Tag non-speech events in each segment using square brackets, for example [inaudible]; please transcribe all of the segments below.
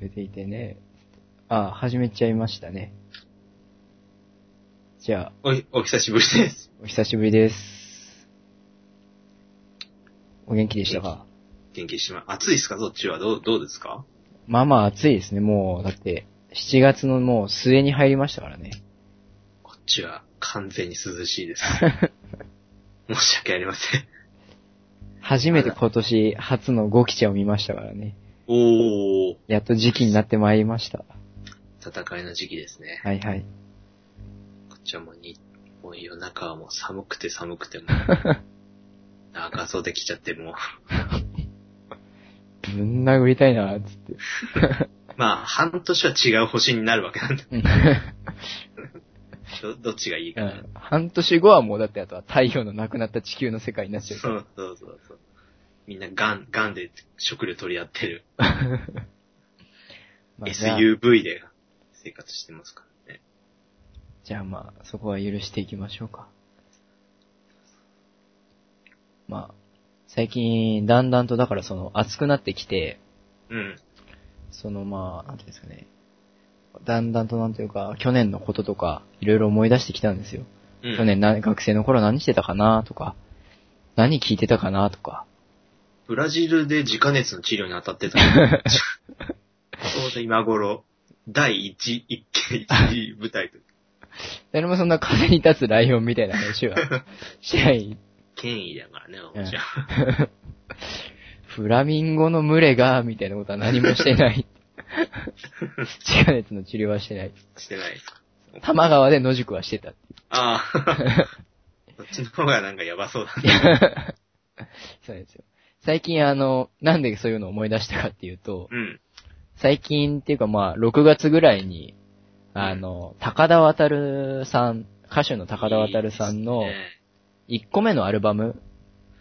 出ていてね。あ、始めちゃいましたね。じゃあ、おい、お久しぶりです。お久しぶりです。お元気でしたか元気してま、暑いですかそっちはどう、どうですかまあまあ暑いですね、もう。だって、7月のもう末に入りましたからね。こっちは完全に涼しいです。 [laughs] 申し訳ありません。初めて今年初のゴキちゃんを見ましたからね。おー、やっと時期になってまいりました。戦いの時期ですね。はいはい。こっちはもう日本夜中はもう寒くて寒くて [laughs] もう、長袖着ちゃってもう。ぶん殴りたいな、つって。まあ、半年は違う星になるわけな [laughs] んで、どどっちがいいうかな。ん半年後はもうだってあとは太陽のなくなった地球の世界になっちゃうかそら。うそうそうそう。みんなガン、ガンで食料取り合ってる。まあじゃあ SUV で生活してますからね。じゃあまあ、そこは許していきましょうか。まあ、最近、だんだんとだからその、暑くなってきて、うん。そのまあ、なんていうんですかね。だんだんとなんというか、去年のこととか、いろいろ思い出してきたんですよ。うん、去年な、学生の頃何してたかなとか、何聞いてたかなとか。ブラジルで自家熱の治療に当たってた。そうだ、今頃、第一、一期、一次舞台と、誰もそんな風に立つライオンみたいな話 [laughs] はしない。権威だからね、うんもちろん。フラミンゴの群れが、みたいなことは何もして [laughs] ない。地下熱の治療はしてない。してないですか。多摩川で野宿はしてた。[laughs] ああ、こっちの方がなんかやばそうだね。そうなんですよ。最近あの、なんでそういうのを思い出したかっていうと、うん。最近っていうかまあ、6月ぐらいに、あの、高田渡さん、歌手の高田渡さんのいいです1個目のアルバム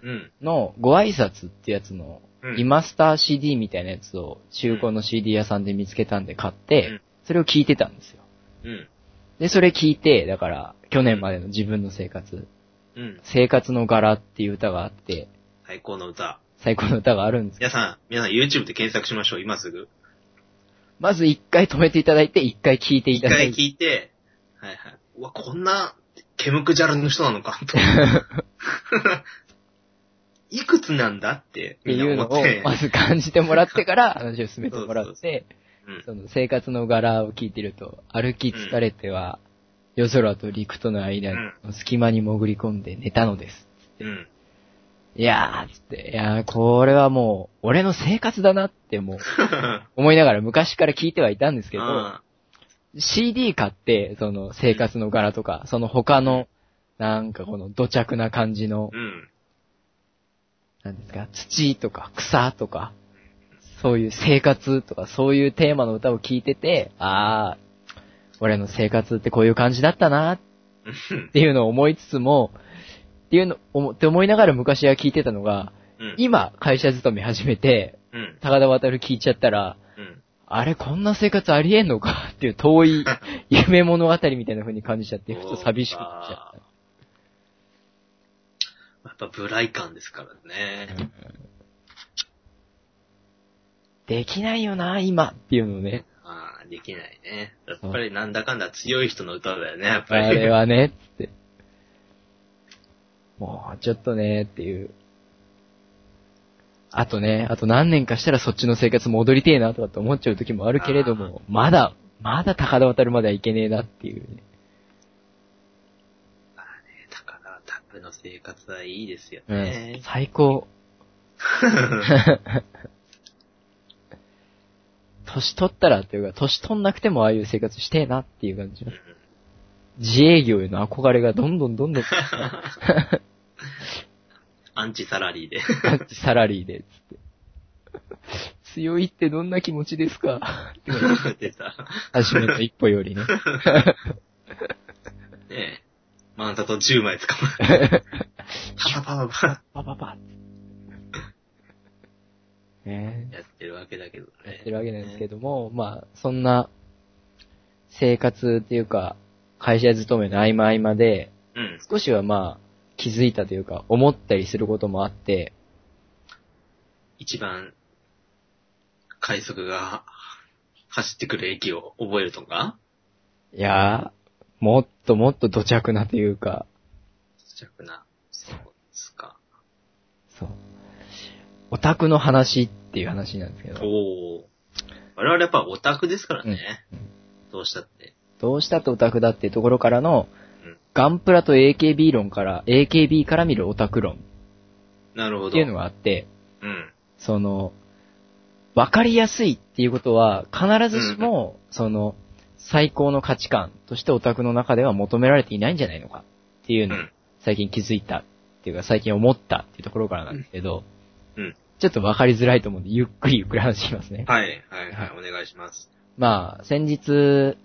ねのご挨拶ってやつの、うん。リマスター CD みたいなやつを中古の CD 屋さんで見つけたんで買っうてん、それを聞いてたんですよ。うん。で、それ聞いて、だから、去年までの自分の生活、うん。生活の柄っていう歌があって、最高の歌。最高の歌があるんですけど皆さん、皆さん YouTube で検索しましょう、今すぐ。まず一回止めていただいて、一回聞いてい一ただい回て。聞いて、はいはい。うわ、こんな、ケムクジャラの人なのか、 [laughs] と。いくつなんだって、ってみんいうなの思っをて。、まず感じてもらって [laughs] から話を進めてもらって、うんその生活の柄を聞いてると、歩き疲れては、夜空と陸との間の隙間に潜り込んで寝たのです。うん。いやー、つって、いやー、これはもう、俺の生活だなってもう、思いながら昔から聞いてはいたんですけど、あ CD 買って、その生活の柄とか、その他の、なんかこの土着な感じのー、うん。なんですか、土とか草とか、そういう生活とか、そういうテーマの歌を聴いてて、ああ、俺の生活ってこういう感じだったなっうんていうのを思いつつも、っていうの、思って思いながら昔は聴いてたのが、うん。今会社勤め始めて、うん。高田渡る聴いちゃったら、うん。あれこんな生活ありえんのかっていう遠い夢物語みたいな風に感じちゃって、ふと寂しくなっちゃっやっぱ、ブライ感ですからた。ね。できないよな、今っていうのをね。ああ、できないね。やっぱりなんだかんだ強い人の歌だよね、やっぱり。あれはね、つって。もう、ちょっとね、っていう。あとね、あと何年かしたらそっちの生活戻りてえな、とかって思っちゃう時もあるけれども、まだ、まだ高田渡るまではいけねえなっていうね、高田タップの生活はいいですようんね。最 [laughs] 高。年取ったらというか、年取んなくてもああいう生活してえなっていう感じの。自営業への憧れがどんどんどんどん、アンチサラリー [laughs] で。サラリーで、つって。強いってどんな気持ちですかって出た。初めの一歩よりね。ねえ。マンタと10枚捕ま [laughs] えて。パパパパパパパパねやってるわけだけどね。やってるわけなんですけども、まあ、そんな、生活っていうか、会社勤めの合間合間で、うん。少しはまあ、気づいたというか、思ったりすることもあって、一番、快速が走ってくる駅を覚えるとかいやー、もっともっと土着なというか、ちっちゃくな。そうですか。そう。オタクの話っていう話なんですけど、おー。我々やっぱオタクですからね。うんうどうしたって。どうしたってオタクだっていうところからのうん、ガンプラと AKB 論から、AKB から見るオタク論なるほど。っていうのがあって、うん。その、わかりやすいっていうことは、必ずしも、その、最高の価値観としてオタクの中では求められていないんじゃないのかっていううのをん。最近気づいたっていうか最近思ったっていうところからなんですけど、うんうんちょっとわかりづらいと思うんで、ゆっくりゆっくり話しますね。はい、はい、はい、お願いします。まあ、先日、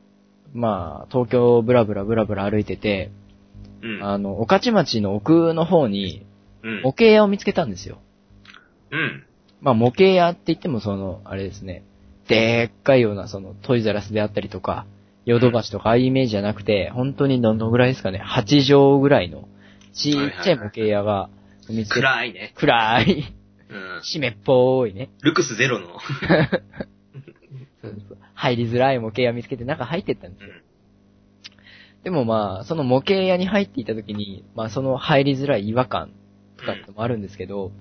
まあ、東京をブラブラブラブラ歩いてて、うん。あの、御徒町の奥の方にうん模。型屋を見つけたんですよ。うん。まあ、模型屋って言っても、その、あれですね、でっかいような、その、トイザラスであったりとか、ヨドバシとか、ああいうイメージじゃなくて、本当にどのぐらいですかね、8畳ぐらいの、ちっちゃい模型屋が、見つけた。暗いね。暗い、う [laughs] ん。湿っぽいね。ルクスゼロの。入りづらい模型屋見つけて中入ってったんですようん。でもまあ、その模型屋に入っていた時に、まあその入りづらい違和感とかってのもあるんですけど、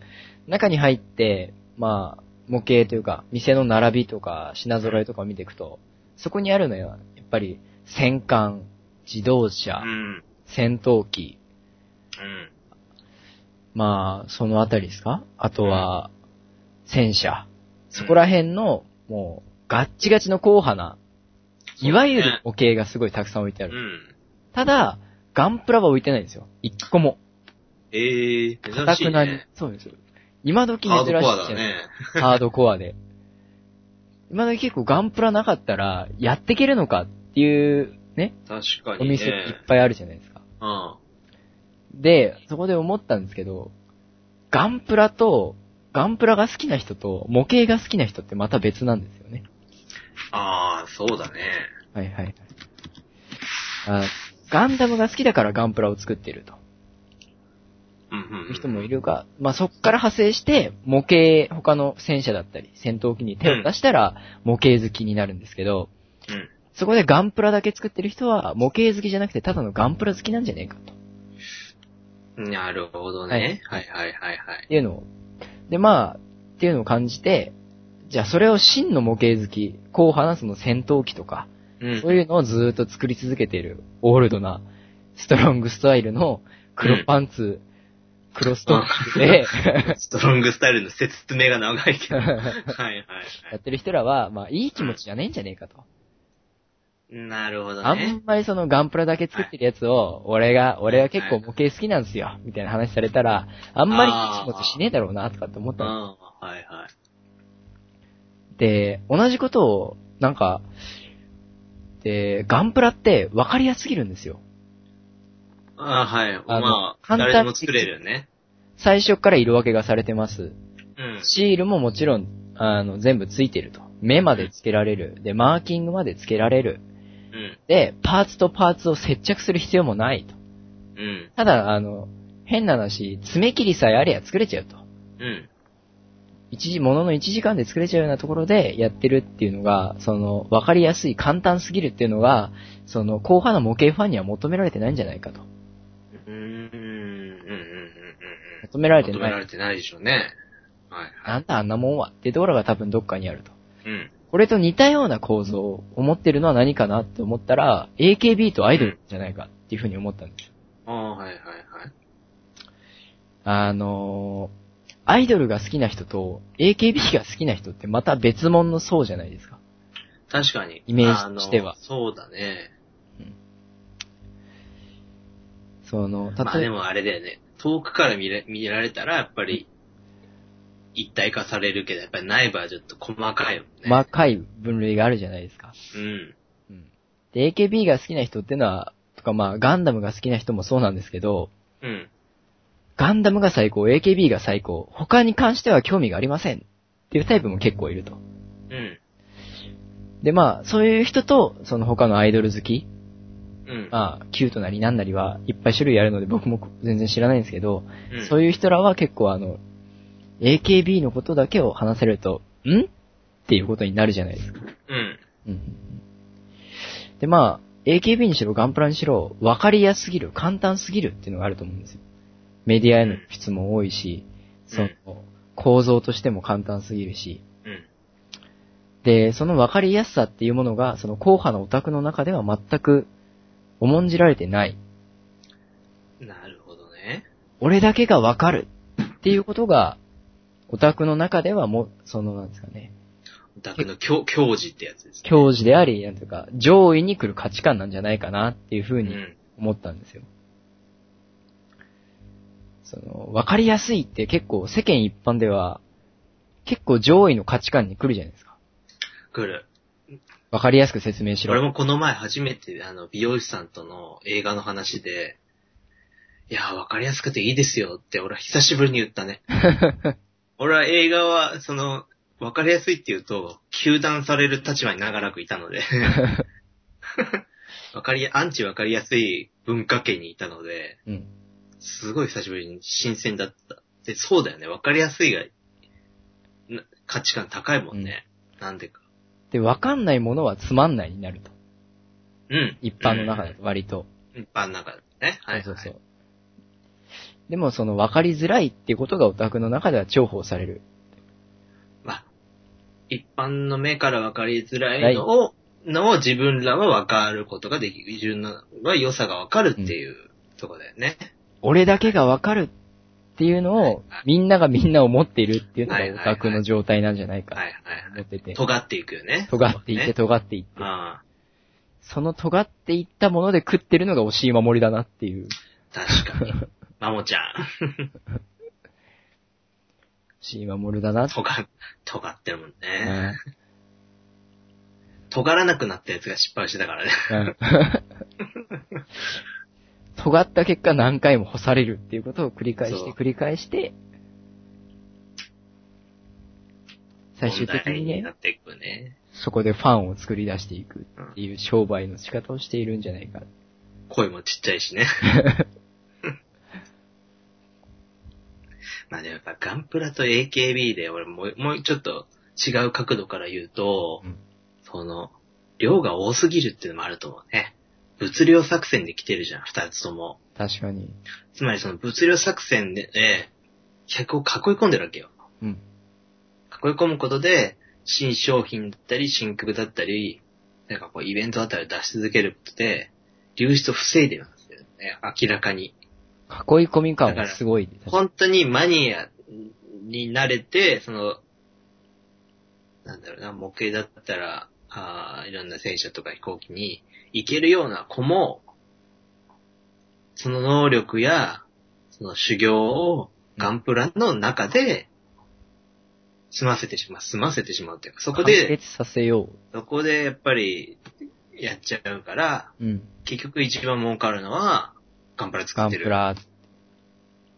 中に入って、まあ、模型というか、店の並びとか、品揃えとかを見ていくと、そこにあるのは、やっぱり、戦艦、自動車う、ん。戦闘機、うん。まあ、そのあたりですかあとは、戦車。そこら辺の、もう、ガッチガチの硬派な、いわゆる模型がすごいたくさん置いてあうる。ん。ただ、ガンプラは置いてないんですよ。一個も。ええー、珍たしいくなにね。。そうです。今時珍ハしいーじドゃコアなだいね。ハードコアで。今時結構ガンプラなかったら、やっていけるのかっていうね、確かおに店いね。っぱいあるじゃないですか。うん。で、そこで思ったんですけど、ガンプラと、ガンプラが好きな人と、模型が好きな人ってまた別なんですよね。ああ、そうだね。はいはいはい。あガンダムが好きだからガンプラを作っているとうんうん。いううん人もいるが、まあ、そっから派生して、模型、他の戦車だったり、戦闘機に手を出したら、模型好きになるんですけど、うんそこでガンプラだけ作ってる人は、模型好きじゃなくて、ただのガンプラ好きなんじゃねえかと。なるほどね。はいはいはいはいっ。ていうのを。で、まあ、っていうのを感じて、じゃあそれを真の模型好き、こう話すの戦闘機とか、うん。そういうのをずーっと作り続けている、オールドな、ストロングスタイルの黒パンツ、黒ストックで、ストロングスタイルの説明が長いけ [laughs] ど。はいはいはやってる人らは、まあ、いい気持ちじゃねえんじゃねえかと。い。なるほどあねん。まりそのガンプラだけ作ってるやつを、俺が、俺は結構模型好きなんですよ、みたいな話されたら、あんまりいい気持ちしねえだろうな、とかって思っうたん。んですよはいはい。で、同じことを、なんか、で、ガンプラって分かりやすすぎるんですよ。ああ、はい。あのまあ、簡単に誰でも作れるよね。最初から色分けがされてます。うん。シールももちろん、あの、全部ついてると。目までつけられる。で、マーキングまでつけられる。うん。で、パーツとパーツを接着する必要もないと。うん。ただ、あの、変な話、爪切りさえありゃ作れちゃうと。うん。一時、ものの1時間で作れちゃうようなところでやってるっていうのが、その、わかりやすい、簡単すぎるっていうのが、その、後派の模型ファンには求められてないんじゃないかと。うん。うん。うん。うん。うん。求められて求めらない。れてないでしょうね。はいは。ないんだあんなもんはっていうところが多分どっかにあると。うん。これと似たような構造を思ってるのは何かなって思ったら、AKB とアイドルじゃないかっていうふうに思ったんですよ。ああ、はいはいはい。あのー、アイドルが好きな人と AKB が好きな人ってまた別物の層じゃないですか。確かに。イメージとしてはあのそうだね。その、まあ例でえば、もあれだよね。遠くから見れ見られたら、やっぱり、一体化されるけど、やっぱり内部はちょっと細かいよね。細かい分類があるじゃないですか。うん。うん。で、AKB が好きな人ってのは、とかまあ、ガンダムが好きな人もそうなんですけど、うん。ガンダムが最高、AKB が最高、他に関しては興味がありませんっていうタイプも結構いると。うん。で、まあ、そういう人と、その他のアイドル好き、うん。まあ、キュートなりなんなりはいっぱい種類あるので僕も全然知らないんですけど、うん、そういう人らは結構あの、AKB のことだけを話せると、んっていうことになるじゃないですか。うん。うん。で、まあ、AKB にしろ、ガンプラにしろ、分かりやすすぎる、簡単すぎるっていうのがあると思うんですよ。メディアへの質も多いし、その、構造としても簡単すぎるし、うん。で、その分かりやすさっていうものが、その硬派のオタクの中では全く重んじられてない。なるほどね。俺だけが分かるっていうことが、オタクの中ではもう、その、なんですかね、ダクの教、教示ってやつですね。教授であり、なんていうか、上位に来る価値観なんじゃないかなっていうふううにん。思ったんですよ。その、分かりやすいって結構世間一般では、結構上位の価値観に来るじゃないですか。来る。分かりやすく説明しろ。俺もこの前初めて、あの、美容師さんとの映画の話で、いやー、わかりやすくていいですよって、俺は久しぶりに言っ [laughs] たね。俺は映画は、その、わかりやすいって言うと、糾弾される立場に長らくいた [laughs] ので、わかりや、アンチわかりやすい文化圏にいたので、うん。すごい久しぶりに新鮮だった。で、そうだよね、わかりやすいが、な価値観高いもんね。なんでか。で、分かんないものはつまんないになると。うん。一般の中だと割と。うん。一般の中だとね。はい、はい。そうそうそう。でもその分かりづらいっていうことがオタクの中では重宝される。まあ、一般の目から分かりづらいのを、のを自分らは分かることができる。自分のは良さが分かるっていうとこだよね。俺だけが分かるっていうのをみんながみんな思っているっていうのはいはいがはいオタクの状態なんじゃないかはといはい思はっててい。。尖っていくよね。尖っていってね、尖っていって。あその尖っていったもので食ってるのが惜しい守りだなっていう。あ、確かに。 [laughs] マモちゃん。惜しい守りだなって。尖、尖ってるもんね。ね尖らなくなったやつが失敗してたからね。うん尖った結果何回も干されるっていうことを繰り返しそうて繰り返して、最終的に問題にねな、っていくね。そこでファンを作り出していくっていう商売の仕方をしているんじゃないか。声もちっちゃ [laughs] いしね。まあでもやっぱガンプラと AKB で俺もうもうちょっと違う角度から言うと、うんその、量が多すぎるっていうのもあると思うね。物量作戦で来てるじゃん、二つとも。確かに。つまりその物量作戦で、ね、客を囲い込んでるわけよ。うん。囲い込むことで、新商品だったり、新曲だったり、なんかこう、イベントあたりを出し続けることで、流出を防いでるんですよね、明らかに。囲い込み感はすごい。確か本当にマニアになれて、その、なんだろうな、模型だったら、あーいろんな戦車とか飛行機に行けるような子も、その能力や、その修行をガンプラの中で、済ませてしまう、済ませてしまうっていうか、そこに完で、結させよそこでやっぱり、やっちゃうから、う。うん。結局一番儲かるのは、ガンプラ作ガっンてプるラ、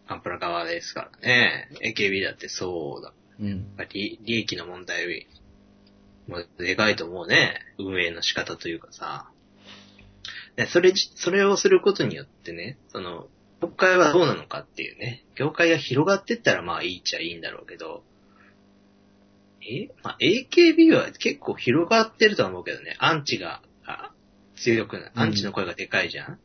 アンプラ側ですからね。AKB だってそうだ。うん。やっぱり利益の問題もでかいと思うね。運営の仕方というかさ。でそれじ、それをすることによってね、その、業界はどうなのかっていうね、業界が広がってったらまあいいっちゃいいんだろうけど、え、まあ AKB は結構広がってるとは思うけどね、アンチが、あ強くな、うんアンチの声がでかいじゃん、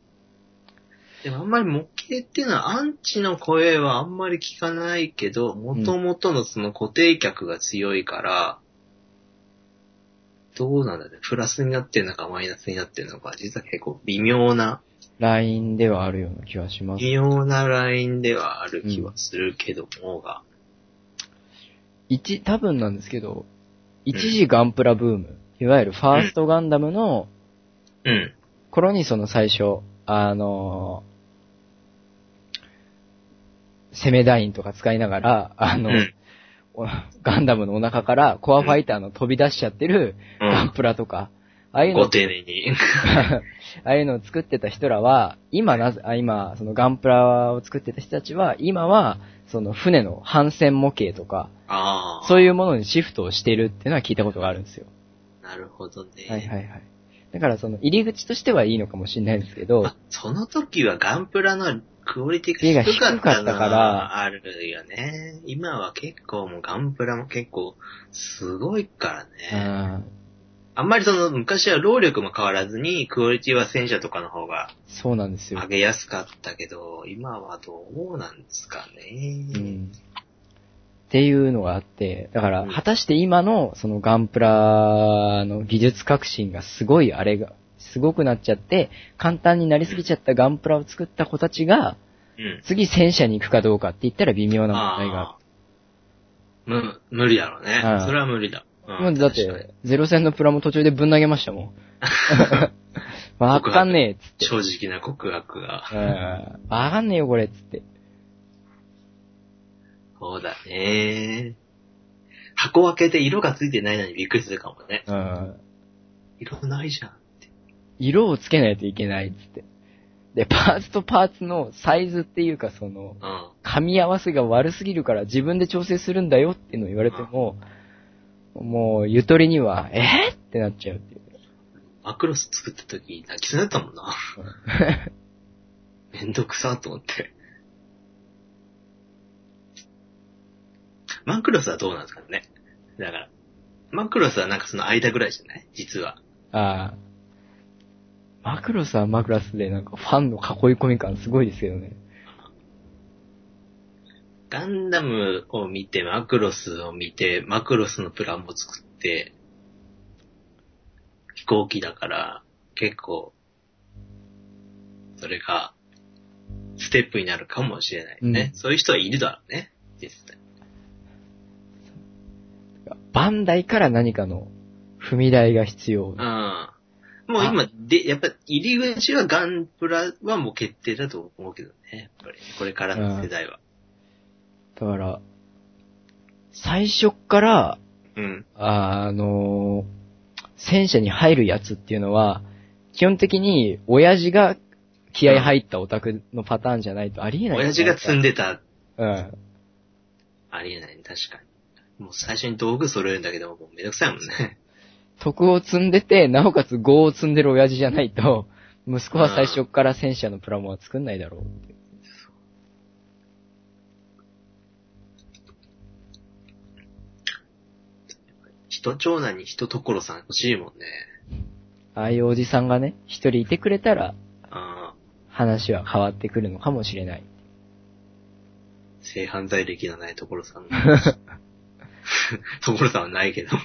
でもあんまり模型っていうのはアンチの声はあんまり聞かないけど、元々のその固定客が強いから、どうなんだろうね。プラスになってるのかマイナスになってるのか、実は結構微妙な、ラインではあるような気はします。微妙なラインではある気はするけどもが、一、多分なんですけど、一時ガンプラブーム、いわゆるファーストガンダムのうん。頃にその最初、あのー攻めダインとか使いながら、あの、うんおガンダムのお腹からコアファイターの飛び出しちゃってるうガンん。プラとか、ああいうのご丁寧に。 [laughs] ああいうのを作ってた人らは、今なぜ、あ今、そのガンプラを作ってた人たちは、今は、その船の反戦模型とか、ああ。そういうものにシフトをしてるっていうのは聞いたことがあるんですよ。なるほどね。はいはいはい。だからその入り口としてはいいのかもしれないですけどあ、その時はガンプラのクオリティ絵がが低低かかっったたのかはらあるよね。今は結構もうガンプラも結構すごいからうね。んあんまりその昔は労力も変わらずに、クオリティは戦車とかの方がそうなんですよ上。げやすかったけど、今はどうなんですかね。うん。っていうのがあって、だから、うん果たして今の、そのガンプラの技術革新がすごいあれが、すごくなっちゃって、簡単になりすぎちゃったガンプラを作った子たちが、うん。次戦車に行くかどうかって言ったら微妙な問題があああ。む、無理だろうねうん。それは無理だ。うんる。もうだっ確かにて、ゼロ戦のプラも途中でぶん投げました [laughs] もん。 [laughs] わかんねえっつって。正直な告白が。うん。わかんねえよこれっつって。そうだね。箱開けて色がついてないのにびっくりするかもね。うん。色ないじゃん。色をつけないといけないっつって。で、パーツとパーツのサイズっていうかその、うん。噛み合わせが悪すぎるから自分で調整するんだよっていうのを言われても、もう、ゆとりには、えーってなっちゃうっていう。マクロス作った時泣きそうになったもん [laughs] な。めんどくさと思って。マクロスはどうなんですかね。だから、マクロスはなんかその間ぐらいじゃない実は。ああ。マクロスはマクロスでなんかファンの囲い込み感すごいですけどね。ガンダムを見て、マクロスを見て、マクロスのプランも作って、飛行機だから、結構、それが、ステップになるかもしれないね。うんそういう人はいるだろうね。実際。バンダイから何かの踏み台が必要。うん。もう今、で、やっぱ入り口はガンプラはもう決定だと思うけどね。やっぱり、これからの世代は。だから、最初っから、うん。あの、戦車に入るやつっていうのは、基本的に親父が気合入ったオタクのパターンじゃないとありえない。親父が積んで。でた、うん。ありえない、確かに。もう最初に道具揃えるんだけど、もうめんどくさいもんね。徳を積んでて、なおかつ業を積んでる親父じゃないと、息子は最初っから戦車のプラモは作んないだろう。人長男に人所さん欲しいもんね。ああいうおじさんがね、一人いてくれたら、ああ、話は変わってくるのかもしれない。性犯罪歴のない [laughs] 所さん。所さんはないけど。ちょっ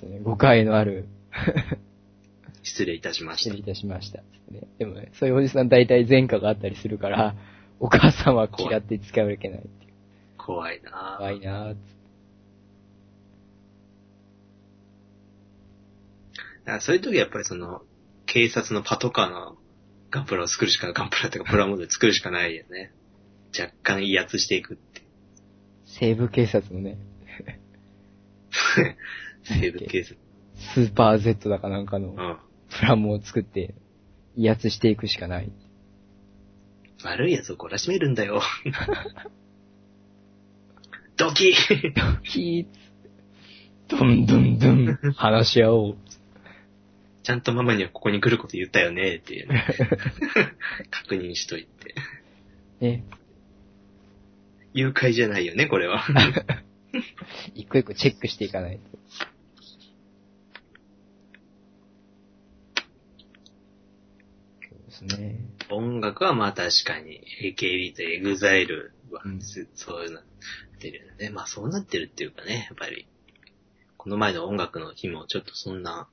とね、誤解のある、失礼いたしまし失た礼い。たしました。ねでもね、そういうおじさん大体前科があったりするから、お母さんは嫌って使われけないっていう。怖いな怖いなぁ。だからそういう時はやっぱりその、警察のパトカーのガンプラを作るしか、ガンプラとかプラモデル作るしかないよね。若干威圧していくって。西部警察のね、西部警察。スーパー Z だかなんかのうん。プラモを作って、威圧していくしかない。悪い奴を懲らしめるん [laughs] だよ。ドキッキーっつってどんどんどん、話し合おう。ちゃんとママにはここに来ること言ったよねっていう [laughs] ね、確認しといて。ね、誘拐じゃないよね、これは。一個一個チェックしていかないと。そうですね。音楽はまあ確かに AKB と EXILE はうんすそういうなってるよね。まあそうなってるっていうかね、やっぱり。この前の音楽の日もちょっとそんな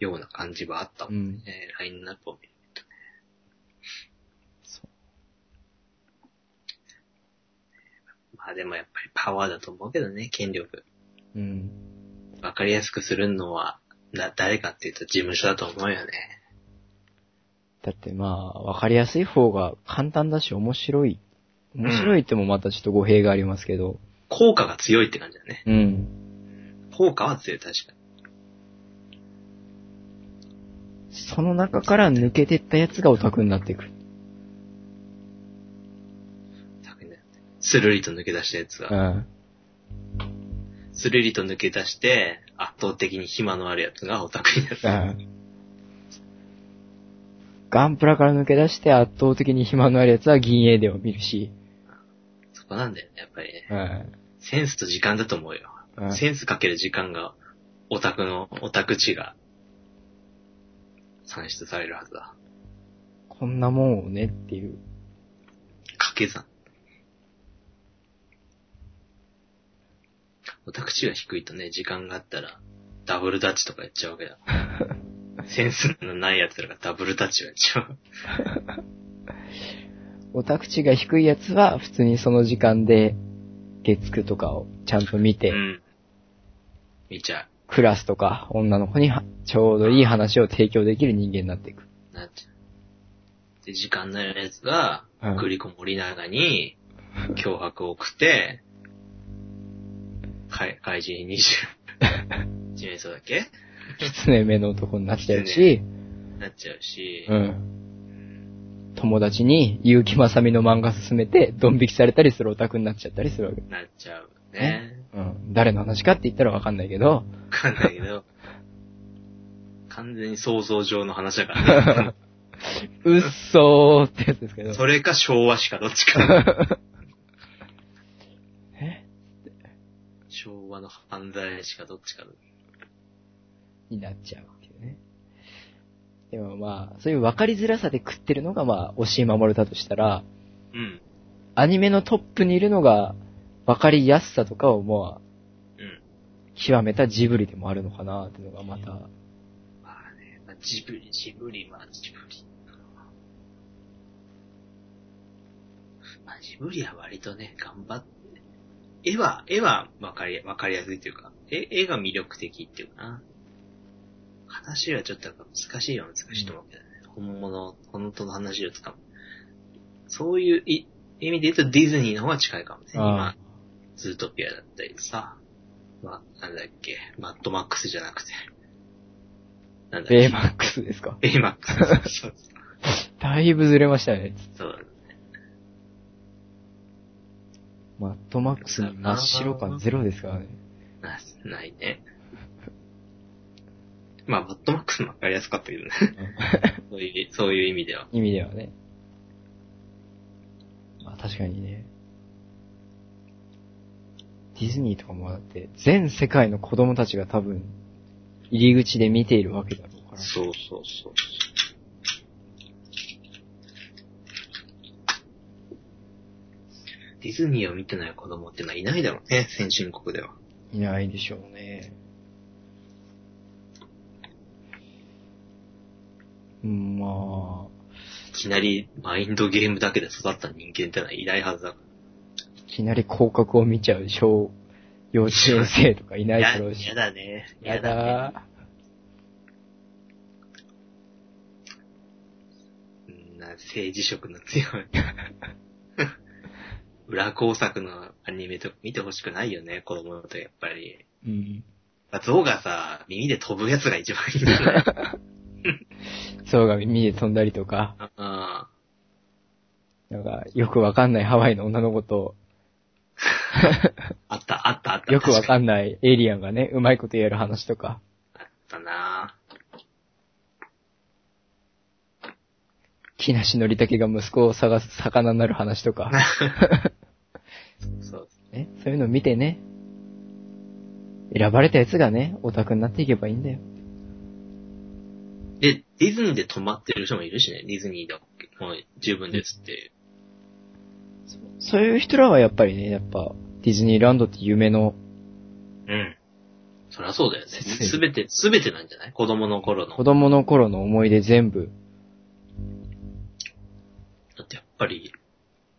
ような感じはあったもうんね。ん。ラインナップを見るとね。そまあでもやっぱりパワーだと思うけどね、権力。う。うん。わかりやすくするのは、だ、誰かっていうと事務所だと思うよね。だってまあ、わかりやすい方が簡単だし面白い。面白いってもまたちょっと語弊がありますけど。効果が強いって感じだね。うん。効果は強い、確かに。その中から抜けてったやつがオタクになっていく。確認スルリと抜け出したやつがう。ん。スルリと抜け出して、圧倒的に暇のあるやつがオタクになる。うん。ガンプラから抜け出して圧倒的に暇のあるやつは銀英伝を見るし。そこなんだよね、やっぱりね。うん。センスと時間だと思うよ。うんセンスかける時間が、オタクの、オタク知が、算出されるはずだ。こんなもんをねっていう。掛け算。オタク知が低いとね、時間があったら、ダブルダッチとかやっちゃう [laughs] わけだ。センスのない奴らがダブルダッチをやっちゃう。オタク値が低いやつは、普通にその時間で、月9とかをちゃんと見て、うん。見ちゃクラスとか女の子にはちょうどいい話を提供できる人間になっていく。う。なっちゃう。で、時間のやつが、うんグリコ森永に、脅迫を送って、怪怪人20、1 [laughs] 名相だっけ狐目の男になっちゃうし、 [laughs] なっちゃうし、うん。友達に結城まさみの漫画勧めて、ドン引きされたりするオタクになっちゃったりするわけ。なっちゃうね。うん。誰の話かって言ったらわかんないけど、わかんないけど、完全に想像上の話だから、ね、うっそーってやつですけど。それか昭和史かどっちか。え昭和の犯罪史かどっちかだ。になっちゃうわけね。でもまあ、そういう分かりづらさで食ってるのがまあ、押井守だとしたら、うん。アニメのトップにいるのが、分かりやすさとかをまあ、うん。極めたジブリでもあるのかなっていうのがまた、まあね、まあジブリ、ジブリ、まあジブリ。まあジブリは割とね、頑張って。絵は、絵はわかり、わかりやすいというか、絵、絵が魅力的っていうかな。話はちょっとやっぱ難しいは難しいと思うけどね。本物、本当の話をつかむ。そういうい意味で言うとディズニーの方が近いかもね。今、ズートピアだったりさ、まあ、なんだっけ、マッドマックスじゃなくて、なんだっけ、ベイマックスですか。ベイマ [laughs] ックス。そうだいぶずれましたね。そうマットマックスに真っ白感ゼロですから [laughs] ね。な、ないね。まあ、マッドマックスもわかりやすかった [laughs] けどね。そういう、そういう意味では。意味ではね。まあ確かにね。ディズニーとかもだって、全世界の子供たちが多分、入り口で見ているわけだろうから。そうそうそう。ディズニーを見てない子供ってのはいないだろうね、先進国では。いないでしょうね。うん、まあ、いきなりマインドゲームだけで育った人間ってのはいないはずだかいきなり広角を見ちゃう小、幼稚園生とかいなら。いやだろうし。やだね。やね。だうんな政治色の強い。裏工作のアニメとか見てほしくないよね、子供だとやっぱり。ーうん。まあ象がさ、耳で飛ぶやつが一番いいんだよね。そうが見え飛んだりとか、うんなんか、よくわかんないハワイの女の子と、 [laughs] あった、あった、あった。よくわんかんないエイリアンが [laughs] ね、うまいことやる話とか。あったな木梨憲武が息子を探す魚になる話とか。 [laughs] ぁそう。ね、そういうのを見てね、選ばれたやつがね、オタクになっていけばいいんだよ。で、ディズニーで泊まってる人もいるしね、ディズニーでもう十分ですって。そういう人らはやっぱりね、やっぱ、ディズニーランドって夢の、うん。そりゃそうだよね。切にすべて、すべてなんじゃない子供の頃の子。供の頃の思い出全部、だってやっぱり、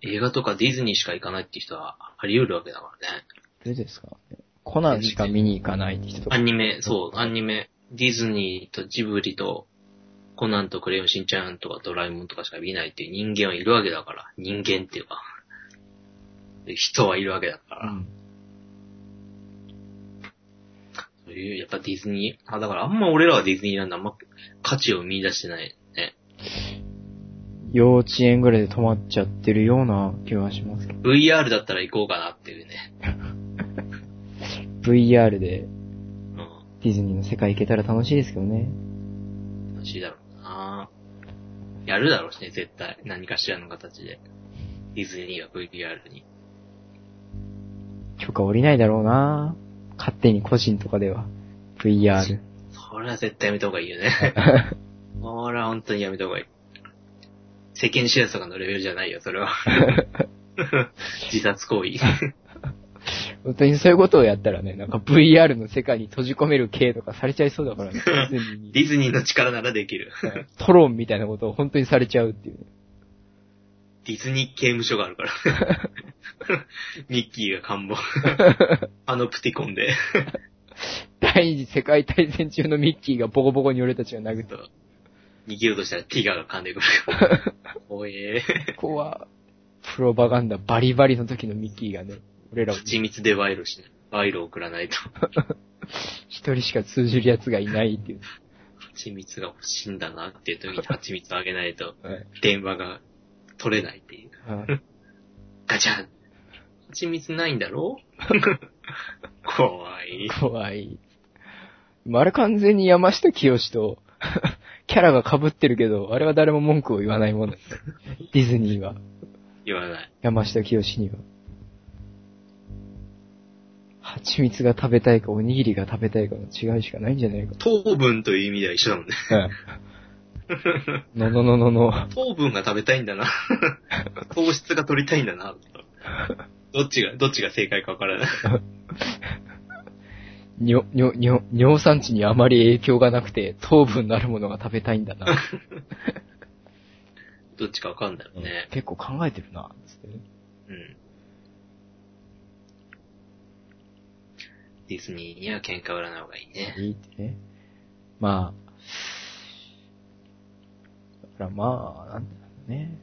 映画とかディズニーしか行かないって人はあり得るわけだからね。どれですかコナンしか見に行かないって人とか。アニメ、そう、アニメ、ディズニーとジブリと、コナンとクレヨンしんちゃんとかドラえもんとかしか見ないっていう人間はいるわけだから、人間っていうか、人はいるわけだかうら、んそういう、やっぱディズニー、あ、だからあんま俺らはディズニーランドあんま価値を見出してないね。幼稚園ぐらいで止まっちゃってるような気はしますけど。 VR だったら行こうかなっていうね。 VR でうディズニーの世界行けたら楽しいですけどね。ん、楽しいだろうなやるだろうしね、絶対。何かしらの形で。ディズニーが VR に。許可下りないだろうな勝手に個人とかでは。VR。それは絶対やめた方がいいよね。それは本当にやめた方がいい。世間知らずとかのレベルじゃないよ、それは。自殺行為。本当にそういうことをやったらね、なんか VR の世界に閉じ込める系とかされちゃいそうだ [laughs] からね。ディズニーディズニーの力ならできる。にトロンみたいなことを本当にされちゃうっていうね。ディズニー刑務所があるから。ミッキーが官房。あのプティコンで。第二次世界大戦中のミッキーがボコボコに俺たちを殴っそう逃げようとしたらティガーが噛んでくるから。おえた。ここは、プロパガンダバリバリの時のミッキーがね、俺らを蜂蜜で賄賂しない。賄賂を送らないと。一人しか通じる奴がいないっていう。蜂蜜が欲しいんだなっていう時に蜂蜜をあげないとはい電話が取れないっていう。はいガチャン蜂蜜ないんだ [laughs] ろ怖い。怖い。まああれ完全に山下清とキャラが被ってるけど、あれは誰も文句を言わないもんだったディズニーは。言わない。山下清には。蜂蜜が食べたいか、おにぎりが食べたいかの違いしかないんじゃないか。糖分という意味では一緒だもんね。ののののの。糖分が食べたいんだ [laughs] な。糖質が取りたいんだな。どっちが、どっちが正解かわからない。にょ、にょ、にょ、尿酸値にあまり影響がなくて、糖分のあるものが食べたいん [laughs] だな。どっちかわかんないよね。結構考えてるな、つってね。うん。ディズニーには喧嘩売らない方がいいね。いいってね。まあ。だからまあ、なんだろうね。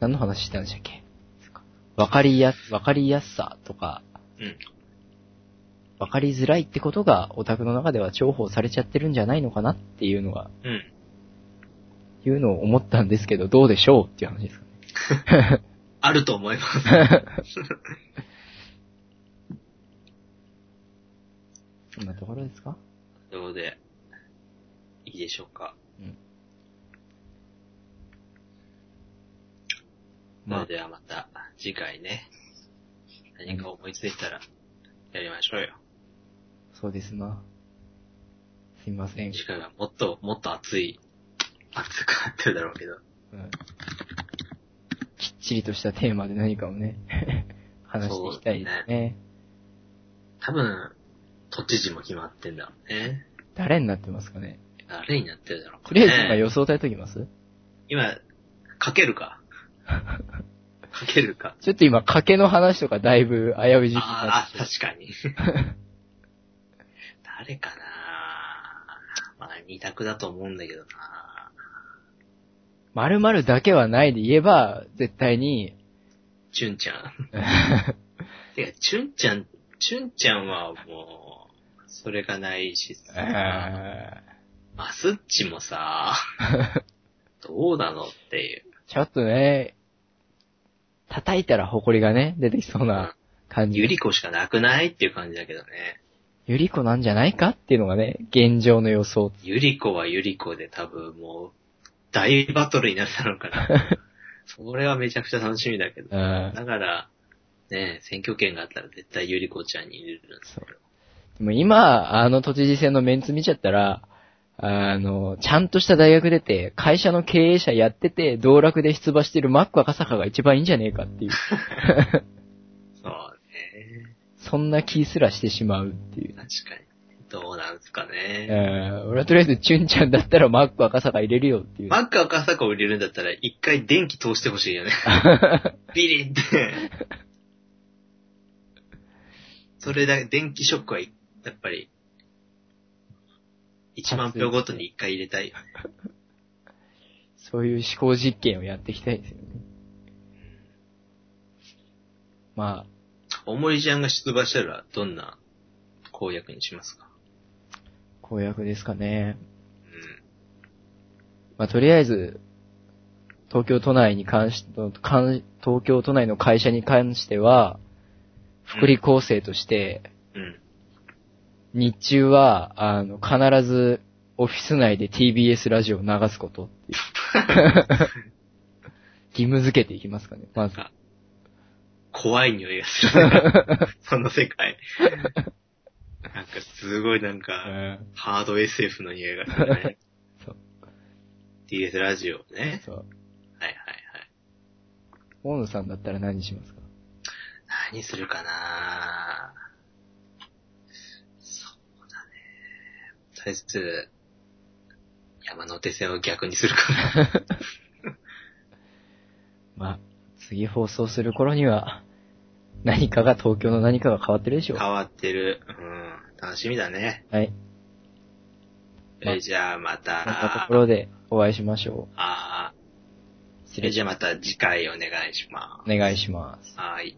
何の話してたんでしたっけわかりや、わかりやすさとか、うん。わかりづらいってことがオタクの中では重宝されちゃってるんじゃないのかなっていうのは、うん。いうのを思ったんですけど、どうでしょうっていう話ですかね。あると思 [laughs] います。そんなところですかどうで、いいでしょうか。ままあ、あ、ではまた次回ね、何か思いついたらやりましょうよ。そうですな。すいません。次回はもっと、もっと熱い、熱くなってるだろうけど。うんきっちりとしたテーマで何かをね、 [laughs] 話していきたいですそうね。多分、都知事も決まってんだろうね。誰になってますかね誰になってるだろうとりあえず今ね予想立てときます今、かけ [laughs] るか。かけるか。ちょっと今、賭けの話とかだいぶ危うい時期になああ、確かに。 [laughs] 誰かなまあ、二択だと思うんだけどな丸々だけはないで言えば、絶対に、チュンちゃ [laughs] ん。てか、チュンちゃん、チュンちゃんはもう、それがないしさ、あマスッチ [laughs] もさ、どうなのっていう。ーちょっとね、叩いたら埃がね、出てきそうな感じ。ゆり子しかなくないっていう感じだけどね。ゆり子なんじゃないかっていうのがね、現状の予想。ゆり子はゆり子で多分もう、大バトルになったのか [laughs] な。それはめちゃくちゃ楽しみだけど。うん。だから、ね選挙権があったら絶対ゆり子ちゃんに入れるんですよ。でも今、あの都知事選のメンツ見ちゃったら、あの、ちゃんとした大学出て、会社の経営者やってて、道楽で出馬してるマック赤坂が一番いいんじゃねえかっていう、そうね。そんな気すらしてしまうっていう。確かに。どうなんすかえね。ー、俺はとりあえず、チュンちゃんだったらマック赤坂入れるよっていう。マック赤坂を入れるんだったら、一回電気通してほし [laughs] いよね。ビリって。それだけ、電気ショックは、やっぱり、1万票ごとに一回入れたいよね。そういう思考実験をやっていきたいですよね。まあ、大森ちゃんが出馬したら、どんな公約にしますか公約ですかね。うん。まあ、とりあえず、東京都内に関し、関東京都内の会社に関しては、福利厚生として、うん。日中は、あの、必ず、オフィス内で TBS ラジオを流すことっていう。 [laughs] 義務づけていきますかね、まず。 [laughs] 怖い匂いがする。その世界。なんかすごいなんうか、ん。ハード SF の匂いがするね [laughs] そう TS ラジオね。そう。はいはい大野さんだったら何しますかはい。何するかなそうだね。とりあえず、山手線を逆にするか [laughs] な。まあ、次放送する頃には、何かが東京の何かが変わってるでしょう。変わってる。うん。楽しみだね。はい。えーじゃあまそんなたとこ、ろでお会いしましょあう。ー失えー礼しじゃあまた次回お願いしまお願いします。す。はい。